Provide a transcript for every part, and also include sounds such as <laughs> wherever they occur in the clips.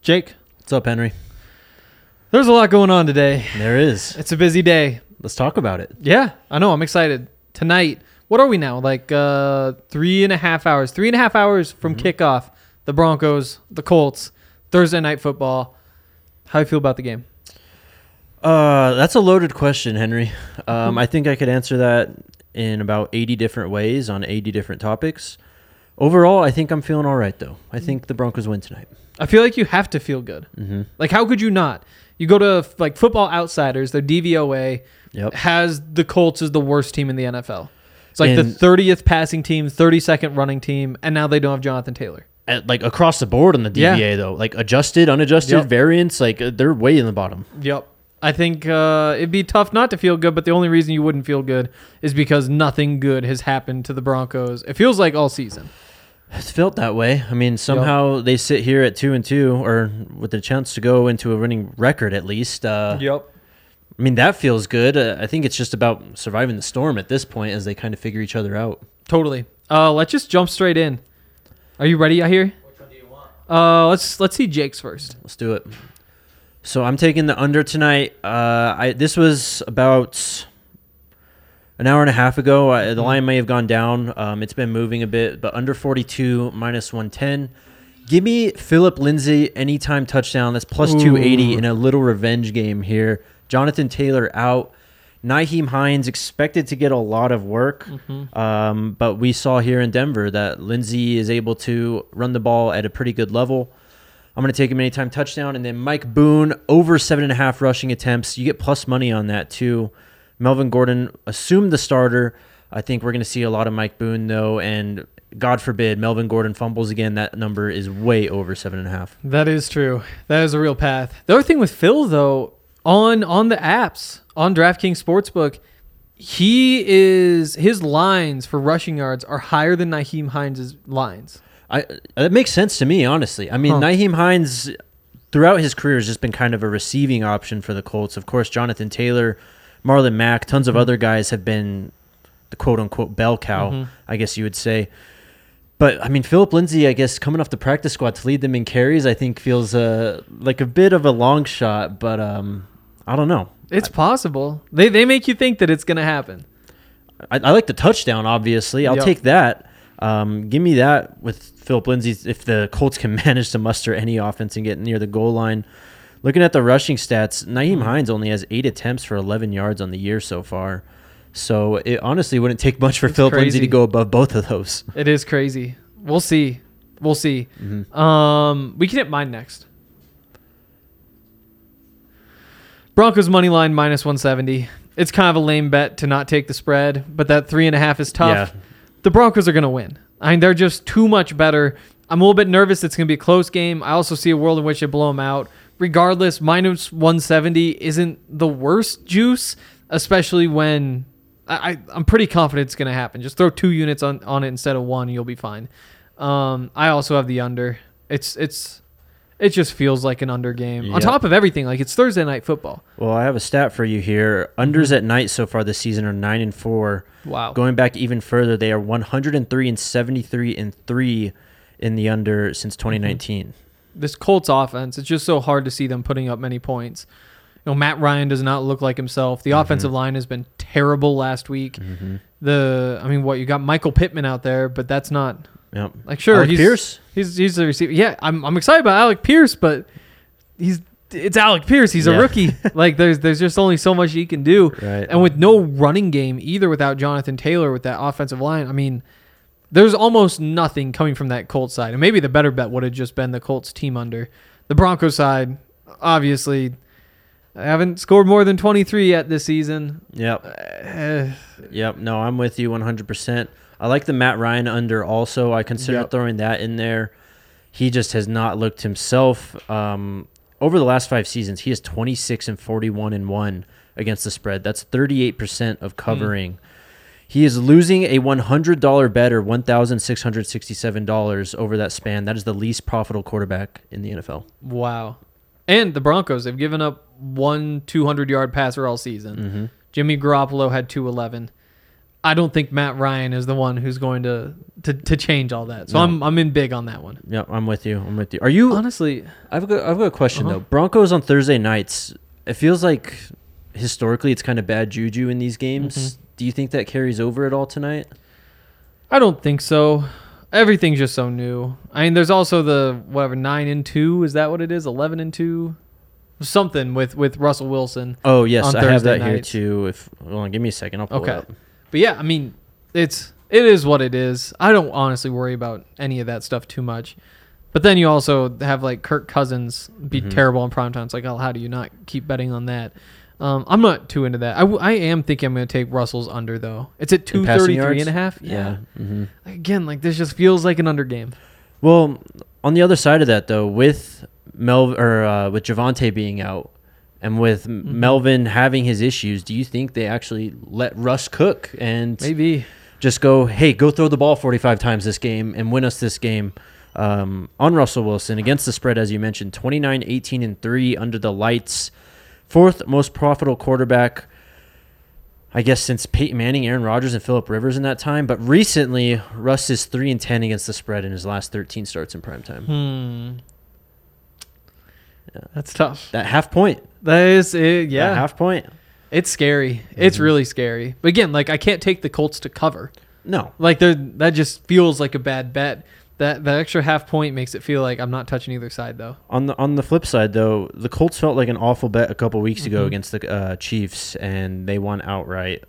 Jake, What's up, Henry? there's a lot going on today. There is. It's a busy day. Let's talk about it. Yeah, I know. I'm excited. Tonight, what are we now? Like uh, three and a half hours. Three and a half hours from Mm-hmm. kickoff. The Broncos, the Colts, Thursday night football. How you feel about the game? Uh, that's a loaded question, Henry. Um, I think I could answer that in about 80 different ways on 80 different topics. Overall, I think I'm feeling all right, though. I think the Broncos win tonight. I feel like you have to feel good. Mm-hmm. Like, how could you not? You go to like Football Outsiders, their DVOA Yep. has the Colts as the worst team in the NFL. It's like And- the 30th passing team, 32nd running team, and now they don't have Jonathan Taylor. At, like across the board on the Yeah. DVA, though. Like adjusted, unadjusted Yep. variance, like uh, they're way in the bottom. Yep. I think uh, it'd be tough not to feel good, but the only reason you wouldn't feel good is because nothing good has happened to the Broncos. It feels like all season. It's felt that way. I mean, somehow they sit here at two and two, or with a chance to go into a winning record at least. Uh, Yep. I mean, that feels good. Uh, I think it's just about surviving the storm at this point as they kind of figure each other out. Totally. Uh, let's just jump straight in. Are you ready out here? Which one do you want? Uh, let's let's see Jake's first. Let's do it. So I'm taking the under tonight. Uh, I this was about an hour and a half ago. I, the line may have gone down. Um, it's been moving a bit, but under 42 minus 110. Give me Philip Lindsay anytime touchdown. That's plus 280 in a little revenge game here. Jonathan Taylor out. Naheem Hines expected to get a lot of work, um, but we saw here in Denver that Lindsay is able to run the ball at a pretty good level. I'm going to take him anytime touchdown. And then Mike Boone, over seven and a half rushing attempts. You get plus money on that, too. Melvin Gordon assumed the starter. I think we're going to see a lot of Mike Boone, though. And God forbid Melvin Gordon fumbles again. That number is way over seven and a half. That is true. That is a real path. The other thing with Phil though, on on the apps, on DraftKings Sportsbook, he is his lines for rushing yards are higher than Naheem Hines' lines. I, that makes sense to me, honestly. I mean, Huh. Naheem Hines throughout his career has just been kind of a receiving option for the Colts. Of course, Jonathan Taylor, Marlon Mack, tons of other guys have been the quote unquote bell cow, I guess you would say. But I mean, Philip Lindsay, I guess coming off the practice squad to lead them in carries, I think feels uh, like a bit of a long shot. But um, I don't know. It's possible. They they make you think that it's gonna happen. I, I like the touchdown, obviously. I'll Yep. take that. Um, give me that with Philip Lindsay if the Colts can <laughs> manage to muster any offense and get near the goal line. Looking at the rushing stats, Naeem Mm-hmm. Hines only has eight attempts for 11 yards on the year so far. So it honestly wouldn't take much for Philip Lindsay crazy. to go above both of those. It is crazy. We'll see. We'll see. Um, we can hit mine next. Broncos money line minus one seventy. It's kind of a lame bet to not take the spread, but that three and a half is tough. Yeah. The Broncos are gonna win. I mean, they're just too much better. I'm a little bit nervous. It's gonna be a close game. I also see a world in which they blow them out. Regardless, minus one seventy isn't the worst juice, especially when I, I I'm pretty confident it's gonna happen. Just throw two units on on it instead of one, you'll be fine. Um, I also have the under. It's it's it just feels like an under game. On Yep. top of everything, like it's Thursday night football. Well, I have a stat for you here. Mm-hmm. Unders at night so far this season are 9 and 4. Wow. Going back even further, they are 103 and 73 and 3 in the under since 2019. this Colts offense, it's just so hard to see them putting up many points. You know, Matt Ryan does not look like himself. The Mm-hmm. offensive line has been terrible last week. The I mean, what you got Michael Pittman out there, but that's not Yep. like sure Alec he's Pierce? He's he's the receiver. Yeah, I'm I'm excited about Alec Pierce, but he's it's Alec Pierce. He's a Yeah. rookie. <laughs> like there's there's just only so much he can do. Right. And with no running game either without Jonathan Taylor with that offensive line, I mean, there's almost nothing coming from that Colts side. And maybe the better bet would have just been the Colts team under. The Broncos side, obviously, haven't scored more than 23 yet this season. Yep. Eh, Yep. No, I'm with you 100%. I like the Matt Ryan under also. I consider Yep. throwing that in there. He just has not looked himself. Um, over the last five seasons, he is 26 and 41 and 1 against the spread. That's 38% Hmm. of covering. He is losing a $100 bet or $1,667 over that span. That is the least profitable quarterback in the NFL. Wow. And the Broncos, they've given up Mm. one 200 yard passer all season. Jimmy Garoppolo had 211. I don't think Matt Ryan is the one who's going to to, to change all that. So No. I'm I'm in big on that one. Yeah, I'm with you. I'm with you. Are you? Honestly, I've got I've got a question Uh-huh. though. Broncos on Thursday nights. It feels like historically it's kind of bad juju in these games. Do you think that carries over at all tonight? I don't think so. Everything's just so new. I mean, there's also the whatever nine and two is that what it is? Eleven and two, something with with Russell Wilson. Oh yes, On I have Thursday that here nights. too. If hold on, give me a second. I'll pull it Okay. up. But yeah, I mean, it's it is what it is. I don't honestly worry about any of that stuff too much. But then you also have like Kirk Cousins be Mhm. terrible in prime time. It's like, oh, how do you not keep betting on that? Um, I'm not too into that. I, w- I am thinking I'm going to take Russell's under though. It's at In passing 233 yards? and a half. Yeah. hmm Like, Again, like this just feels like an under game. Well, on the other side of that though, with Mel or uh, with Javante being out. And with M Melvin having his issues, do you think they actually let Russ cook and Maybe. just go, hey, go throw the ball 45 times this game and win us this game um, on Russell Wilson against the spread, as you mentioned 29, 18, and 3 under the lights. Fourth most profitable quarterback, I guess, since Peyton Manning, Aaron Rodgers, and Philip Rivers in that time. But recently, Russ is 3 and 10 against the spread in his last 13 starts in primetime. Hmm. Yeah. That's tough. That half point. That is it. that Yeah. half point. It's scary. It's Mhm. really scary. But again, like I can't take the Colts to cover. No. Like they're that just feels like a bad bet. That that extra half point makes it feel like I'm not touching either side though. On the on the flip side, though, the Colts felt like an awful bet a couple weeks ago Mhm. against the uh, Chiefs, and they won outright.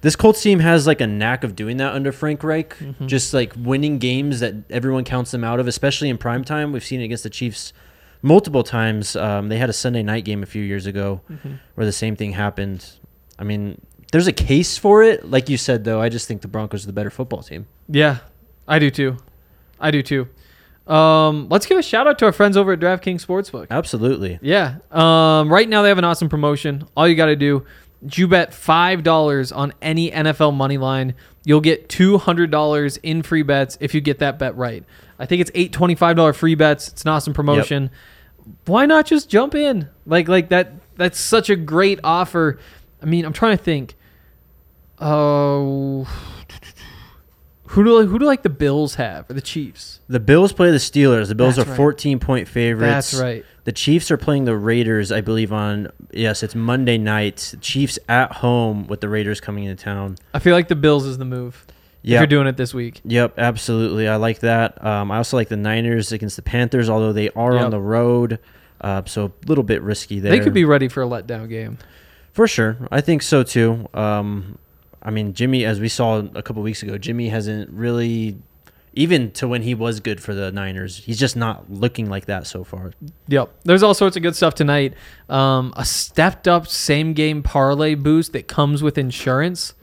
This Colts team has like a knack of doing that under Frank Reich, Mhm. just like winning games that everyone counts them out of, especially in prime time. We've seen it against the Chiefs multiple times. Um, they had a Sunday night game a few years ago Mm-hmm. where the same thing happened. I mean, there's a case for it, like you said, though. I just think the Broncos are the better football team. Yeah, I do too. I do too. Um, let's give a shout out to our friends over at DraftKings Sportsbook. Absolutely. Yeah. Um, right now they have an awesome promotion. All you got to do, is you bet five dollars on any NFL money line, you'll get two hundred dollars in free bets if you get that bet right. I think it's eight twenty-five dollar free bets. It's an awesome promotion. Why not just jump in? Like like that. That's such a great offer. I mean, I'm trying to think. Oh, who do who do like the Bills have or the Chiefs? The Bills play the Steelers. The Bills That's are right. 14 point favorites. That's right. The Chiefs are playing the Raiders, I believe, on yes, it's Monday night. Chiefs at home with the Raiders coming into town. I feel like the Bills is the move. If Yeah. you're doing it this week. Yep, absolutely. I like that. Um, I also like the Niners against the Panthers, although they are Yep. on the road, uh, so a little bit risky there. They could be ready for a letdown game. for sure. I think so too. Um, I mean, Jimmy, as we saw a couple weeks ago, Jimmy hasn't really, even to when he was good for the Niners, he's just not looking like that so far. Yep. There's all sorts of good stuff tonight. Um, a stepped up same game parlay boost that comes with insurance.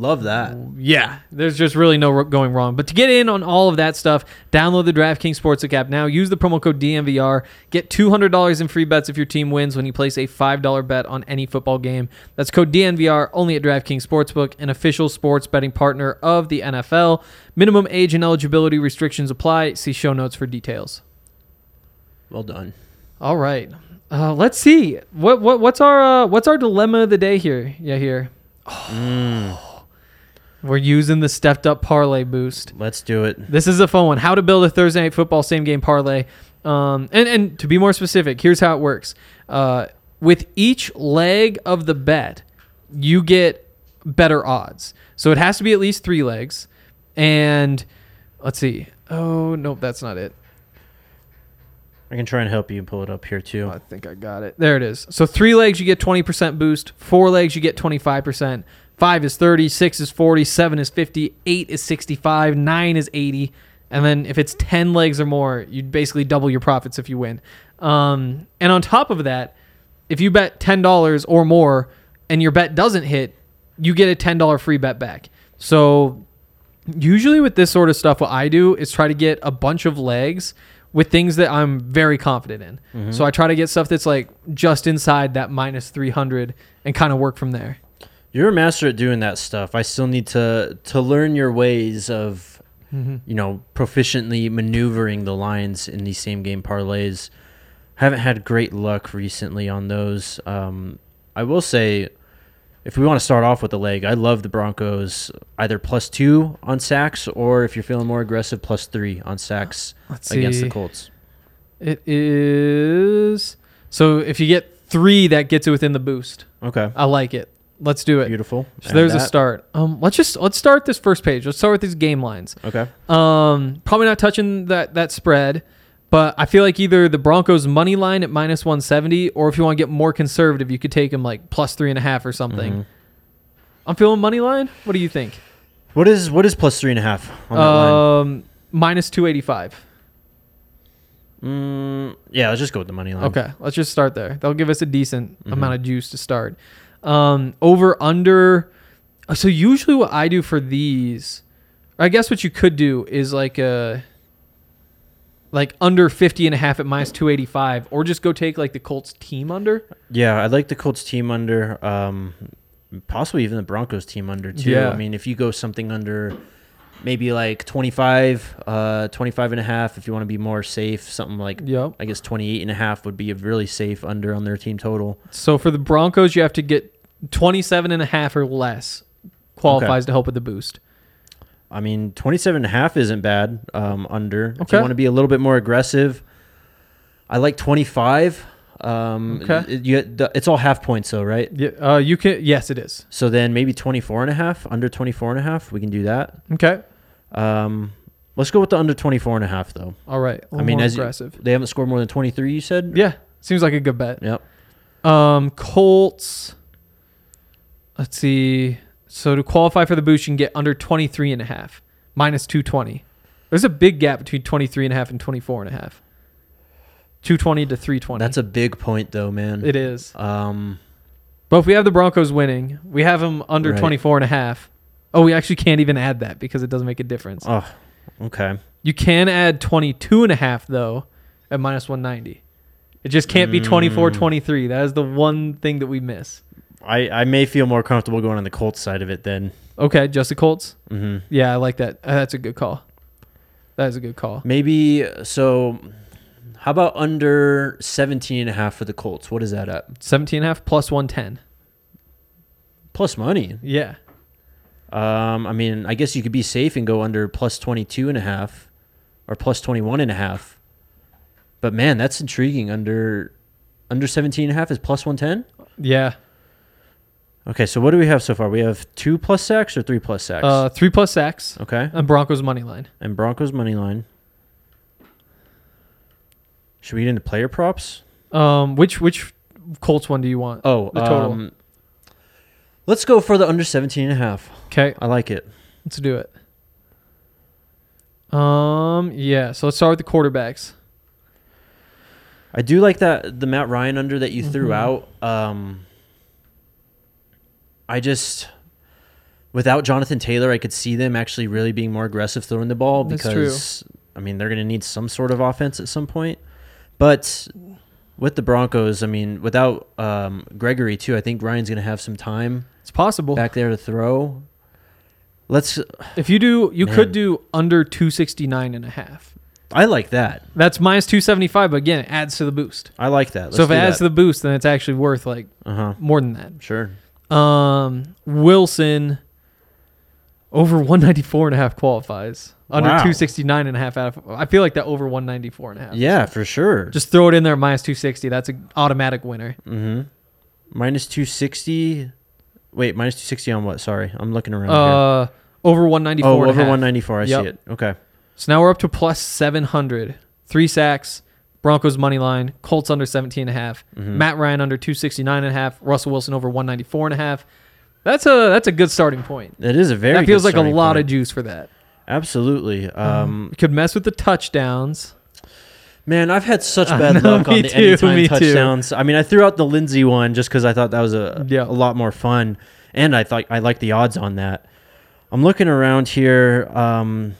Love that. Yeah, there's just really no ro- going wrong. But to get in on all of that stuff, download the DraftKings Sportsbook app now. Use the promo code DMVR. Get $200 in free bets if your team wins when you place a $5 bet on any football game. That's code DNVR only at DraftKings Sportsbook, an official sports betting partner of the NFL. Minimum age and eligibility restrictions apply. See show notes for details. Well done. All right. Uh, let's see. What what what's our uh, what's our dilemma of the day here? Yeah, here. We're using the stepped up parlay boost. Let's do it. This is a fun one. How to build a Thursday night football same game parlay. Um, and and to be more specific, here's how it works. Uh, with each leg of the bet, you get better odds. So it has to be at least three legs. And let's see. Oh nope, that's not it. I can try and help you pull it up here too. I think I got it. There it is. So three legs, you get 20% boost. Four legs, you get 25%. Five is 30. Six is 40. Seven is 50. Eight is 65. Nine is 80. And then if it's 10 legs or more, you basically double your profits if you win. Um, and on top of that, if you bet $10 or more and your bet doesn't hit, you get a $10 free bet back. So usually with this sort of stuff what i do is try to get a bunch of legs with things that i'm very confident in Mm-hmm. so i try to get stuff that's like just inside that minus 300 and kind of work from there You're a master at doing that stuff. I still need to to learn your ways of Mm-hmm. you know proficiently maneuvering the lines in these same game parlays. Haven't had great luck recently on those. Um, I will say if we want to start off with the leg, I love the Broncos either plus two on sacks or if you're feeling more aggressive, plus three on sacks Let's against see. the Colts. It is so if you get three, that gets it within the boost. Okay, I like it. Let's do it. beautiful. Uh, So there's And a that- start. Um, let's just let's start this first page. Let's start with these game lines. Okay, Um, probably not touching that that spread, but I feel like either the Broncos money line at minus one seventy, or if you want to get more conservative, you could take them like plus three and a half or something. Mhm. I'm feeling money line. What do you think? what is what is plus three and a half on that line? Um, minus two eighty five. Mm, yeah, let's just go with the money line. Okay, let's just start there. That'll give us a decent Mhm. amount of juice to start. Um, over under. uh, So usually what I do for these, I guess what you could do is like a like under 50 and a half at minus 285 or just go take like the Colts team under. Yeah, I like the Colts team under, um, possibly even the Broncos team under too. Yeah. I mean, if you go something under maybe like 25, uh, 25 and a half, if you want to be more safe, something like, Yep. I guess 28 and a half would be a really safe under on their team total. So for the Broncos you have to get 27 and a half or less qualifies to help with the boost. I mean, 27 and a half isn't bad um, under. If Okay. you want to be a little bit more aggressive, I like 25. Um, Okay. it- you, the- it's all half points though, right? Yeah, uh, you can yes it is. So then maybe 24 and a half, under 24 and a half, we can do that. Okay. Um, let's go with the under 24 and a half, though. All right. A I mean, more as you- aggressive. They haven't scored more than 23, you said? yeah. Seems like a good bet. Yep. Um, Colts. Let's see. So to qualify for the boost, you can get under 23 and a half, minus 220. There's a big gap between 23 and a half and 24 and a half. 220 to 320. That's a big point, though, man. it is. um, But if we have the Broncos winning, we have them under Right. 24 and a half. Oh, we actually can't even add that because it doesn't make a difference. oh, okay. You can add 22 and a half though at minus 190. It just can't be 24 Mm. 23. That is the one thing that we miss. I, I may feel more comfortable going on the Colts side of it then. Okay, just the Colts. hmm Yeah, I like that. Uh, that's a good call. That is a good call. Maybe, so how about under 17 and a half for the Colts? What is that at? 17 and a half plus 110. Plus money. Yeah. Um, I mean, I guess you could be safe and go under plus 22 and a half or plus 21 and a half. But man, that's intriguing. Under under 17 and a half is plus 110? Yeah. Okay, so what do we have so far? We have two plus sacks or three plus sacks? Uh, three plus sacks okay, and Broncos money line. and Broncos money line. Should we get into player props? Um, which which Colts one do you want? Oh, The total. um, let's go for the under 17 and a half. Okay, I like it. let's do it. Um, yeah. So let's start with the quarterbacks. I do like that the Matt Ryan under that you threw Mhm. out. Um, I just without Jonathan Taylor, I could see them actually really being more aggressive throwing the ball That's because I mean they're going to need some sort of offense at some point. But with the Broncos, I mean without um, Gregory too, I think Ryan's going to have some time It's possible. back there to throw. Let's. If you do, you could Man. do under 269 and a half. I like that. That's minus 275, but again, it adds to the boost. I like that. Let's so if do it adds to that. the boost, then it's actually worth like uh huh, more than that. sure. Um, Wilson over 194 and a half qualifies. Under Wow. 269 and a half out of I feel like that over 194 and a half. Yeah, for sure. Just throw it in there at minus 260. That's an automatic winner. Mm-hmm. Minus two sixty. Wait, minus two sixty on what? Sorry, I'm looking around. here. Uh over 194 Oh, and a over half. one ninety four. I Yep. see it. Okay. So now we're up to plus 700. 3 sacks, Broncos money line, Colts under 17 and a half, Mhm. Matt Ryan under 269 and a half, Russell Wilson over 194 and a half. That's a that's a good starting point. That is a very. that feels good like a starting lot of Uh-huh. point. juice for that. Absolutely. Um, You could mess with the touchdowns. man, I've had such I bad know, luck on <laughs> me the too, anytime me too. touchdowns. I mean, I threw out the Lindsay one just because I thought that was a a Yeah. lot more fun, and I thought I liked the odds on that. I'm looking around here. Um,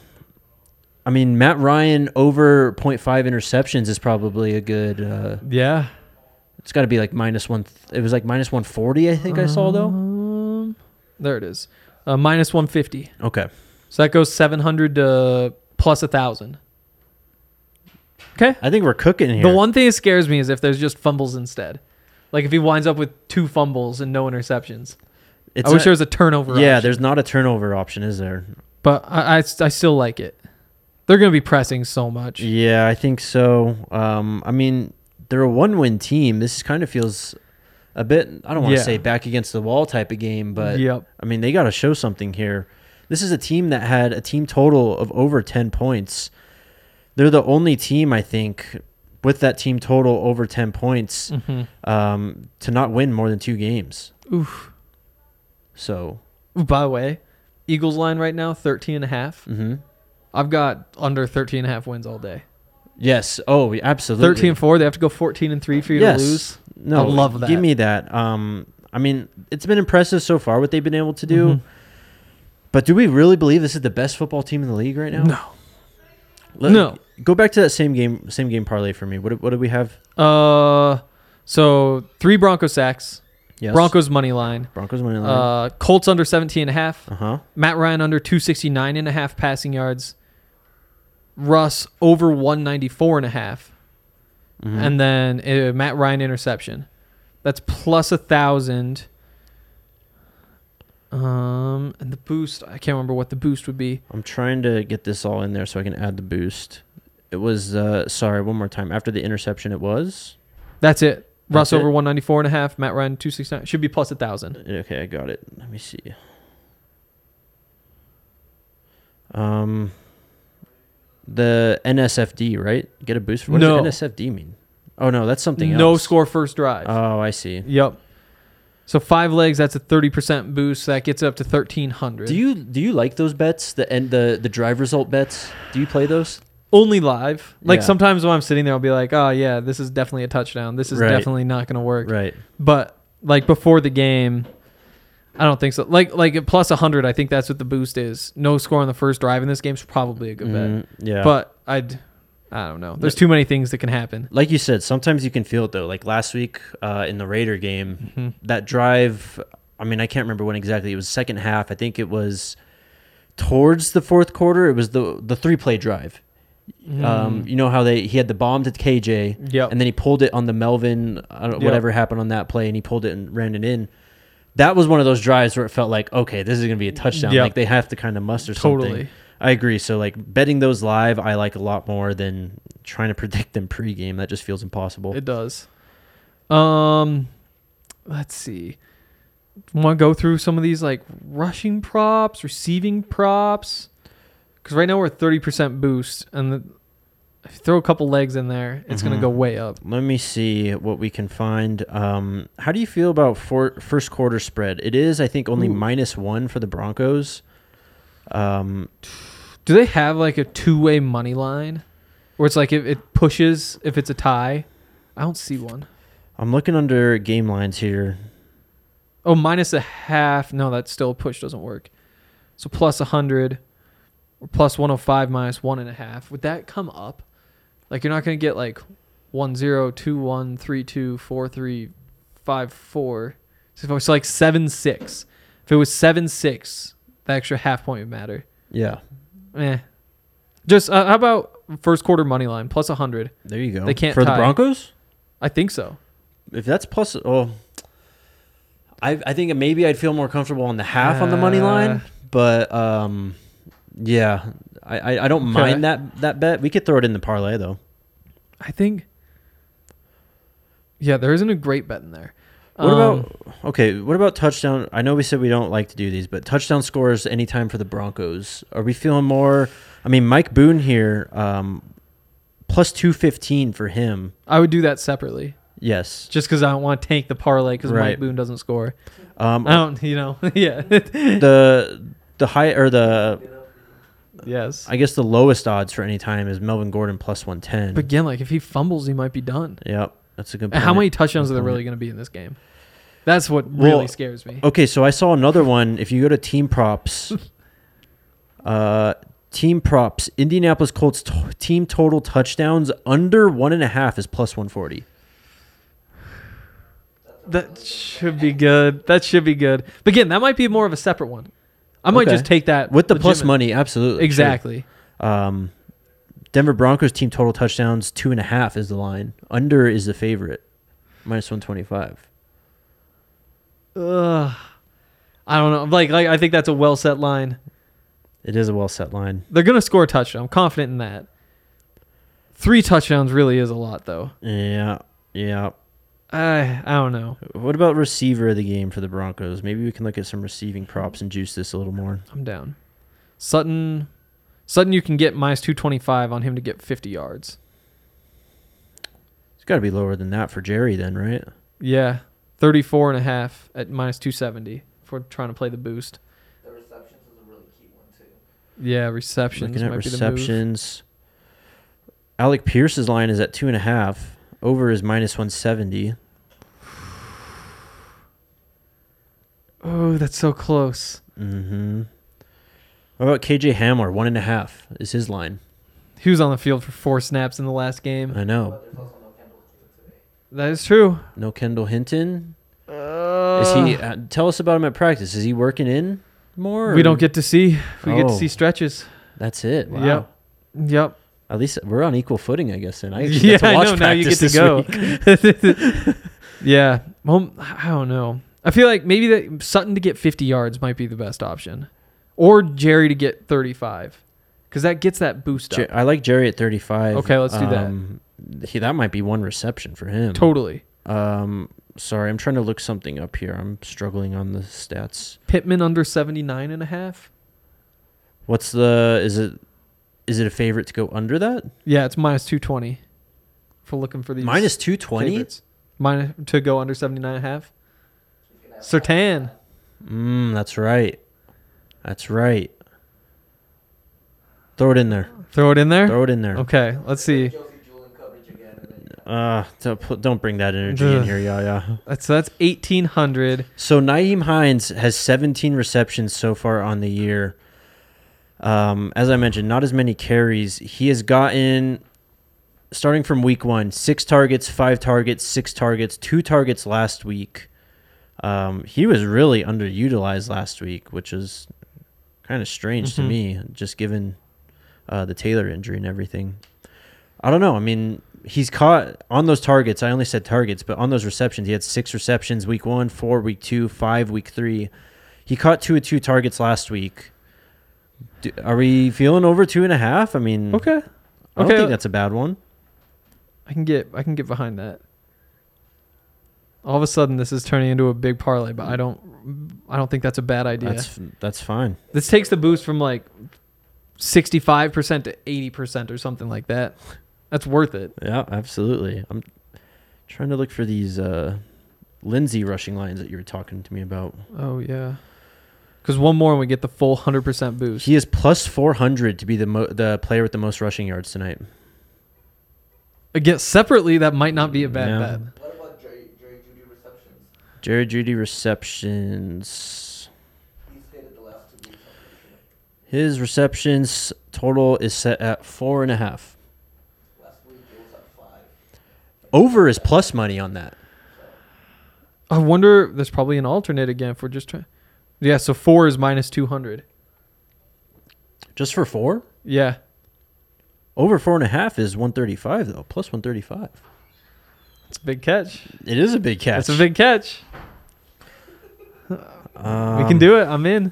I mean, Matt Ryan over 0.5 interceptions is probably a good. Uh, Yeah. It's got to be like minus one. Th- it was like minus one forty. I think I saw though. Um, there it is. Uh, minus 150. Okay. So that goes 700 to plus 1,000. Okay. I think we're cooking here. The one thing that scares me is if there's just fumbles instead. Like if he winds up with two fumbles and no interceptions. It's I wish not- there was a turnover. yeah, option, there's not a turnover option, is there? but I, I I still like it. They're gonna be pressing so much. Yeah, I think so. Um, I mean, they're a one-win team. This kind of feels a bit. I don't want to Yeah. say back against the wall type of game, but yep. I mean, they got to show something here. This is a team that had a team total of over 10 points. They're the only team, I think, with that team total over 10 points hmm um, to not win more than two games. Oof. So, By the way, Eagles line right now 13 and a half. hmm I've got under 13 and a half wins all day. yes. Oh, yeah, absolutely. 13 and 4, they have to go 14 and 3 for you Yes. to lose. No, I love Give that. me that. Um, I mean, it's been impressive so far what they've been able to do. Mhm. But do we really believe this is the best football team in the league right now? No. Let- No. Go back to that same game, same game parlay for me. What, what did we have? Uh so 3 Broncos sacks, Yes. Broncos money line, Broncos money line. uh Colts under 17 and a half, Uh huh. Matt Ryan under 269 and a half passing yards, Russ over 194 and a half, Mm-hmm. and then uh, Matt Ryan interception. That's plus a thousand. Um, and the boost, I can't remember what the boost would be. I'm trying to get this all in there so I can add the boost. It was uh sorry, one more time. After the interception it was. That's it. Russ That's it? over 194 and a half, Matt Ryan 269. Should be plus a thousand. Okay, I got it. Let me see. Um the NSFD, right? Get a boost for what No. does NSFD mean? Oh no, that's something No else. score first drive. Oh, I see. yep. So five legs, that's a 30% boost. That gets up to 1300. Do you do you like those bets? The and the the drive result bets? Do you play those? only live. Like Yeah. sometimes when I'm sitting there, I'll be like, oh yeah, this is definitely a touchdown. This is Right. definitely not going to work. Right. But like before the game, I don't think so. Like like at plus 100, I think that's what the boost is. No score on the first drive in this game's probably a good bet. Mhm, Yeah. But I'd I don't know. There's too many things that can happen. like you said, sometimes you can feel it though. Like last week uh, in the Raider game, that drive. I mean, I can't remember when exactly. It was second half. I think it was towards the fourth quarter. It was the the three play drive. Um, you know how they he had the bomb to KJ, Mm. Mm-hmm. Yep. and then he pulled it on the Melvin, I don't, Yep. whatever happened on that play, and he pulled it and ran it in. That was one of those drives where it felt like, okay, this is going to be a touchdown. Yep. Like they have to kind of muster something. totally. I agree. So like betting those live, I like a lot more than trying to <laughs> predict them pregame. That just feels impossible. It does. Um, let's see. Want to go through some of these like rushing props, receiving props? Because right now we're at thirty percent boost, and the, if you throw a couple legs in there, it's Mhm. gonna go way up. Let me see what we can find. Um, how do you feel about for, first quarter spread? It is, I think, only Ooh. minus one for the Broncos. Um, Do they have like a two-way money line, where it's like if it pushes, if it's a tie? I don't see one. I'm looking under game lines here. Oh, minus a half. No, that's still a push. Doesn't work. So plus a hundred, or plus one hundred five, minus one and a half. Would that come up? Like you're not gonna get like one zero two one three two four three five four. So if it was like seven six, if it was seven six, the extra half point would matter. Yeah, Eh. Just uh, how about first quarter money line plus a hundred? there you go. They can't for the tie. Broncos. I think so. If that's plus, oh, I I think maybe I'd feel more comfortable on the half on the money line, Uh. but um, yeah, I I, I don't Okay. mind that that bet. We could throw it in the parlay though. I think. Yeah, there isn't a great bet in there. What Um, about okay? What about touchdown? I know we said we don't like to do these, but touchdown scores anytime for the Broncos. Are we feeling more? I mean, Mike Boone here, um, plus two fifteen for him. I would do that separately. Yes. just because I don't want to tank the parlay because Right. Mike Boone doesn't score. Um, I don't, you know, <laughs> yeah, the the high or the yes. I guess the lowest odds for any time is Melvin Gordon plus one ten. but again, like if he fumbles, he might be done. Yep, that's a good. And Point. How many touchdowns are there Good point. really going to be in this game? That's what Well, really scares me. Okay, so I saw another one. If you go to team props, uh, team props, Indianapolis Colts t- team total touchdowns under one and a half is plus 140. That should be good. That should be good. But again, that might be more of a separate one. I might Okay. just take that With the plus legitimate. money, absolutely. Exactly. sure. Um, Denver Broncos team total touchdowns, two and a half is the line. Under is the favorite, minus 125. Ugh. I don't know. Like, like I think that's a well set line. It is a well set line. They're gonna score a touchdown. I'm confident in that. Three touchdowns really is a lot, though. Yeah. Yeah. I I don't know. What about receiver of the game for the Broncos? Maybe we can look at some receiving props and juice this a little more. I'm down. Sutton, Sutton, you can get minus two twenty five on him to get fifty yards. It's got to be lower than that for Jerry, then, right? Yeah, 34 and a half at minus 270 if we're trying to play the boost. The receptions is a really key one too. Yeah, receptions Looking might at be the move. receptions. Alec Pierce's line is at two and a half. Over is minus one seventy. Oh, that's so close. Mm-hmm. What about KJ Hamler? One and a half is his line. He was on the field for four snaps in the last game. I know. But there's also no Kendall Hill today. That is true. No Kendall Hinton. Is he? Uh, tell us about him at practice. Is he working in more? We or- don't get to see. We get to Oh. see stretches. That's it. Wow. Yep. Yep. At least we're on equal footing, I guess. Then I <laughs> actually yeah, get to I watch know. Now you practice get to this go. week. <laughs> <laughs> yeah. Well, I don't know. I feel like maybe that Sutton to get 50 yards might be the best option, or Jerry to get 35, because that gets that boost up. Jer- I like Jerry at thirty-five. Okay, let's do that. that. He, that might be one reception for him. Totally. Um, sorry, I'm trying to look something up here. I'm struggling on the stats. Pittman under 79 and a half. What's the? Is it? Is it a favorite to go under that? Yeah, it's minus 220 for looking for these. Minus two twenty. favorites. Minus to go under 79 and a half. He's gonna have Sertan. Mm, that's right. That's right. Throw it in there. Throw it in there. Throw it in there. Okay, let's see. Josie Jewell in coverage again, and then Uh, don't, put- don't bring that energy Ugh. in here, yeah, yeah. That's so that's 1800. So Naeem Hines has 17 receptions so far on the year. Um, as I mentioned, not as many carries. He has gotten, starting from week one, six targets, five targets, six targets, two targets last week. Um, he was really underutilized last week, which is kind of strange Mhm. to me, just given uh, the Taylor injury and everything. I don't know. I mean, he's caught on those targets. I only said targets, but on those receptions, he had six receptions week one, four week two, five week three. He caught two of two targets last week. Do, are we feeling over two and a half? I mean, Okay. I don't okay. uh, think that's a bad one. I can get I can get behind that. All of a sudden this is turning into a big parlay, but I don't I don't think that's a bad idea. That's that's fine. this takes the boost from like 65% to 80% or something like that. That's worth it. Yeah, absolutely. I'm trying to look for these uh, Lindsay rushing lines that you were talking to me about. Oh yeah. Cuz one more and we get the full 100% boost. He is plus 400 to be the mo- the player with the most rushing yards tonight. Again, separately that might not be a bad Yeah. bet. what about Jerry, Jerry Judy receptions? Jerry Judy receptions. He stayed at the last two weeks. I'm pretty sure. His receptions total is set at four and a half. Last week it was at five. Over is plus money on that. I wonder there's probably an alternate again if we're just trying Yeah, so 4 is minus 200. Just for four? Yeah. Over four and a half is 135, though, plus 135. It's a big catch. It is a big catch. That's a big catch. Um, We can do it. I'm in.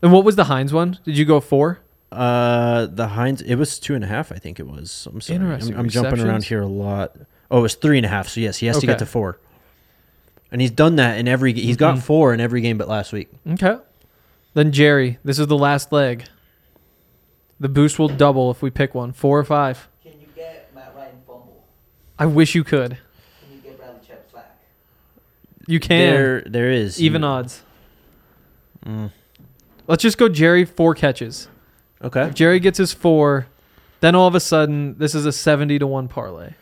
And what was the Heinz one? Did you go four? Uh, the Heinz, it was two and a half, I think it was. I'm sorry. Interesting. I'm, I'm jumping around Receptions? here a lot. Oh, it was three and a half. So, yes, he has to Okay. get to four. And he's done that in every He's got Mhm. four in every game but last week. Okay. Then Jerry. This is the last leg. The boost will double if we pick one. Four or five. Can you get Matt Ryan fumble? I wish you could. Can you get Bradley Chubb slack? You can. There, there is. Even He- odds. Mm. Let's just go Jerry four catches. Okay. If Jerry gets his four, then all of a sudden this is a seventy to one parlay.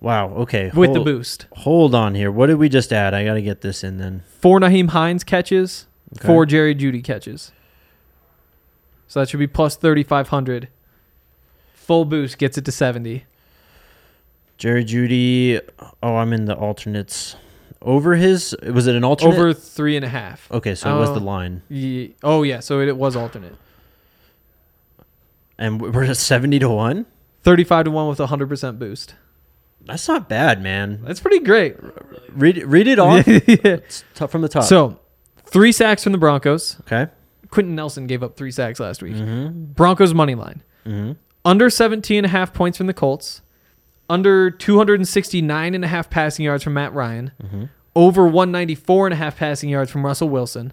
Wow. Okay. With the Hold- boost. Hold on here. What did we just add? I got to get this in then. Four Naheem Hines catches, Okay. four Jerry Judy catches. So that should be plus 3,500. Full boost gets it to 70. Jerry Judy. Oh, I'm in the alternates. Over his was it an alternate? Over three and a half. Okay, so it was Oh. the line, Ye- Oh, yeah. So it, it was alternate. and we- we're at seventy to one. 35 to 1 with a 100% boost. That's not bad, man. That's pretty great. <laughs> Read read it off. Yeah. It's top from the top. So Three sacks from the Broncos. Okay. Quentin Nelson gave up three sacks last week. Mm-hmm. Broncos money line. Mm-hmm. Under 17 and a half points from the Colts. Under 269 and a half passing yards from Matt Ryan. Mhm. Over 194 and a half passing yards from Russell Wilson.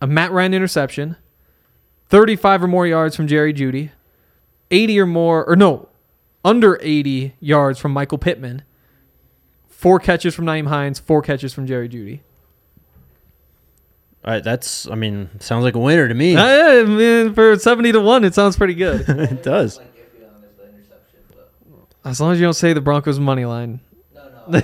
A Matt Ryan interception. 35 or more yards from Jerry Judy. 80 or more, or no, under 80 yards from Michael Pittman. Four catches from Naeem Hines, four catches from Jerry Judy. All right. That's. I mean, sounds like a winner to <laughs> me. <laughs> Uh, man, for 70 to 1, it sounds pretty good. it does. Like if you're honest, the interception. But As long as you don't say the Broncos money line. no, no.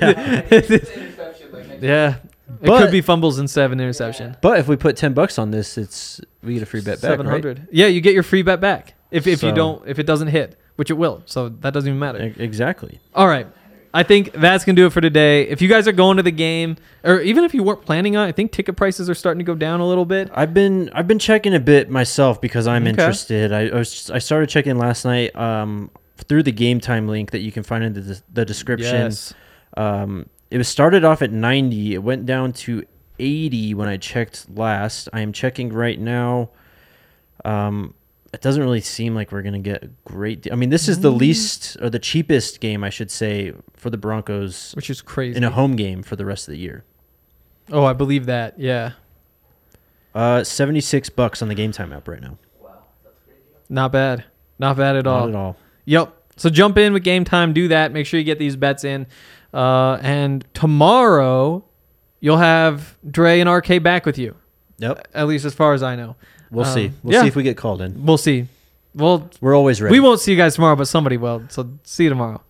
it's interception, but next Yeah. It But- could be fumbles and seven interception. <laughs> But if we put ten bucks on this, it's we get a free bet back. Seven Seven hundred. Yeah, you get your free bet back. If if you So- don't if it doesn't hit, which it will. So that doesn't even matter. E, Exactly. All right. I think that's gonna do it for today. If you guys are going to the game, or even if you weren't planning on, it, I think ticket prices are starting to go down a little bit. I've been I've been checking a bit myself because I'm Okay. interested. I, I was just- I started checking last night um, through the game time link that you can find in the, des- the description. Yes. Um, it was started off at 90. It went down to 80 when I checked last. I am checking right now. Um, it doesn't really seem like we're gonna get a great. De- I mean, this is the Mm. least or the cheapest game I should say for the Broncos Which is crazy. in a home game for the rest of the year. oh, I believe that. Yeah. Uh, 76 bucks on the game time app right now. Wow, that's crazy. Not bad. Not bad at all. Not at all. Yep. So jump in with game time. Do that. Make sure you get these bets in. Uh, and tomorrow, you'll have Dre and RK back with you. Yep. At least as far as I know. We'll Um, see. We'll yeah. see if we get called in. We'll see. Well, We're always ready. we won't see you guys tomorrow, but somebody will. So see you tomorrow.